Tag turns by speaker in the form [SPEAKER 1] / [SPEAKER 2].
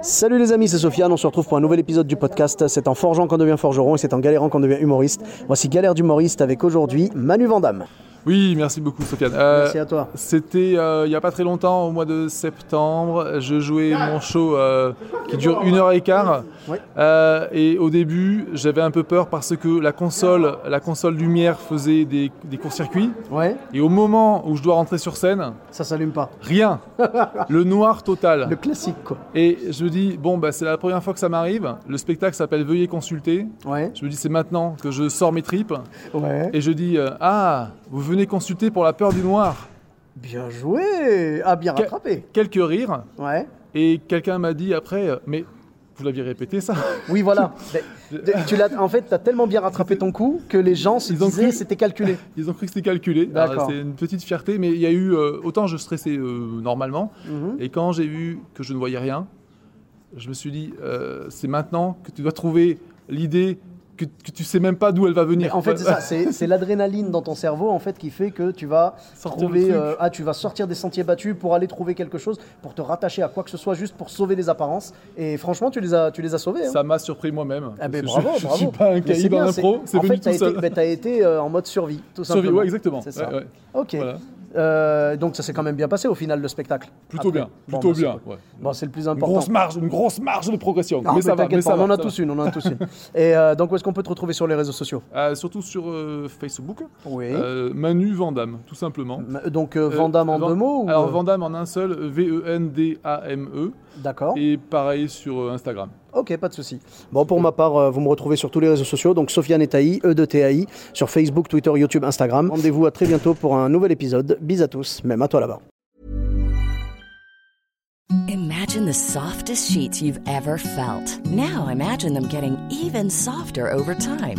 [SPEAKER 1] Salut les amis, c'est Sofiane, on se retrouve pour un nouvel épisode du podcast. C'est en forgeant qu'on devient forgeron et c'est en galérant qu'on devient humoriste. Voici Galère d'humoriste avec aujourd'hui Manu Vandamme.
[SPEAKER 2] Oui, merci beaucoup, Sofiane. Euh,
[SPEAKER 1] Merci à toi.
[SPEAKER 2] C'était euh, il n'y a pas très longtemps, au mois de septembre. Je jouais mon show euh, qui dure une heure et quart.
[SPEAKER 1] Ouais.
[SPEAKER 2] Euh, et au début, j'avais un peu peur parce que la console, la console lumière faisait des, des courts-circuits.
[SPEAKER 1] Ouais,
[SPEAKER 2] Et au moment où je dois rentrer sur scène,
[SPEAKER 1] ça s'allume pas.
[SPEAKER 2] rien. Le noir total.
[SPEAKER 1] Le classique quoi.
[SPEAKER 2] Et je me dis, bon, bah, c'est la première fois que ça m'arrive. Le spectacle s'appelle Veuillez consulter.
[SPEAKER 1] Ouais,
[SPEAKER 2] Je me dis, c'est maintenant que je sors mes tripes.
[SPEAKER 1] ouais.
[SPEAKER 2] Et je dis, euh, ah, vous venez consulter pour la peur du noir.
[SPEAKER 1] Bien joué Ah, bien
[SPEAKER 2] Que-
[SPEAKER 1] rattrapé
[SPEAKER 2] quelques rires
[SPEAKER 1] Ouais.
[SPEAKER 2] et quelqu'un m'a dit après euh, mais vous l'aviez répété ça
[SPEAKER 1] Oui, voilà. Mais- de- tu l'as, en fait, t'as tellement bien rattrapé ton coup que les gens se
[SPEAKER 2] Ils ont
[SPEAKER 1] disaient
[SPEAKER 2] cru.
[SPEAKER 1] c'était calculé.
[SPEAKER 2] Ils ont cru que c'était calculé. Alors,
[SPEAKER 1] D'accord.
[SPEAKER 2] C'est une petite fierté, mais il y a eu euh, autant je stressais euh, normalement
[SPEAKER 1] Mhm.
[SPEAKER 2] et quand j'ai vu que je ne voyais rien, je me suis dit euh, c'est maintenant que tu dois trouver l'idée que, que tu sais même pas d'où elle va venir.
[SPEAKER 1] Mais en fait, c'est ça, c'est c'est l'adrénaline dans ton cerveau en fait qui fait que tu vas
[SPEAKER 2] Sortir le
[SPEAKER 1] trouver,
[SPEAKER 2] truc.
[SPEAKER 1] euh, ah, tu vas sortir des sentiers battus pour aller trouver quelque chose, pour te rattacher à quoi que ce soit, juste pour sauver les apparences. Et franchement, tu les as, tu les as sauvés. hein.
[SPEAKER 2] Ça m'a surpris moi-même.
[SPEAKER 1] Ah ben
[SPEAKER 2] Parce que
[SPEAKER 1] bravo,
[SPEAKER 2] je, je
[SPEAKER 1] bravo.
[SPEAKER 2] suis pas un
[SPEAKER 1] Mais c'est
[SPEAKER 2] caïd en
[SPEAKER 1] bien,
[SPEAKER 2] impro, c'est
[SPEAKER 1] en
[SPEAKER 2] venu
[SPEAKER 1] fait,
[SPEAKER 2] tout
[SPEAKER 1] t'as
[SPEAKER 2] seul.
[SPEAKER 1] Été, ben, t'as été euh, en mode survie, tout
[SPEAKER 2] Survie,
[SPEAKER 1] simplement.
[SPEAKER 2] ouais, exactement.
[SPEAKER 1] C'est ça.
[SPEAKER 2] Ouais, ouais.
[SPEAKER 1] Ok.
[SPEAKER 2] Voilà.
[SPEAKER 1] Euh, donc ça s'est quand même bien passé au final le spectacle.
[SPEAKER 2] Plutôt
[SPEAKER 1] Après.
[SPEAKER 2] bien,
[SPEAKER 1] Bon,
[SPEAKER 2] plutôt
[SPEAKER 1] bah, c'est
[SPEAKER 2] bien.
[SPEAKER 1] cool.
[SPEAKER 2] ouais.
[SPEAKER 1] Bon, c'est le plus
[SPEAKER 2] Une
[SPEAKER 1] important.
[SPEAKER 2] grosse marge, une grosse marge de progression.
[SPEAKER 1] Ah,
[SPEAKER 2] mais ça va,
[SPEAKER 1] t'inquiète
[SPEAKER 2] mais ça
[SPEAKER 1] pas,
[SPEAKER 2] va,
[SPEAKER 1] on en a
[SPEAKER 2] ça va.
[SPEAKER 1] tous une, on en a tous une. Et euh, donc, où est-ce qu'on peut te retrouver sur les réseaux sociaux
[SPEAKER 2] Euh, surtout sur euh, Facebook.
[SPEAKER 1] Oui.
[SPEAKER 2] Euh, Manu Vandamme, tout simplement.
[SPEAKER 1] donc, euh, Vandamme en
[SPEAKER 2] Van-
[SPEAKER 1] deux mots ou,
[SPEAKER 2] Alors
[SPEAKER 1] euh,
[SPEAKER 2] Vandamme en un seul, E V-E-N-D-A-M-E,
[SPEAKER 1] D'accord.
[SPEAKER 2] E. et pareil sur euh, Instagram.
[SPEAKER 1] Ok, pas de souci. Bon, pour ma part, euh, vous me retrouvez sur tous les réseaux sociaux, donc Sofiane et Taï, E de TAI, sur Facebook, Twitter, YouTube, Instagram. Rendez-vous à très bientôt pour un nouvel épisode. Bis à tous, même à toi là-bas.
[SPEAKER 3] Imagine the softest sheets you've ever felt. Now imagine them getting even softer over time.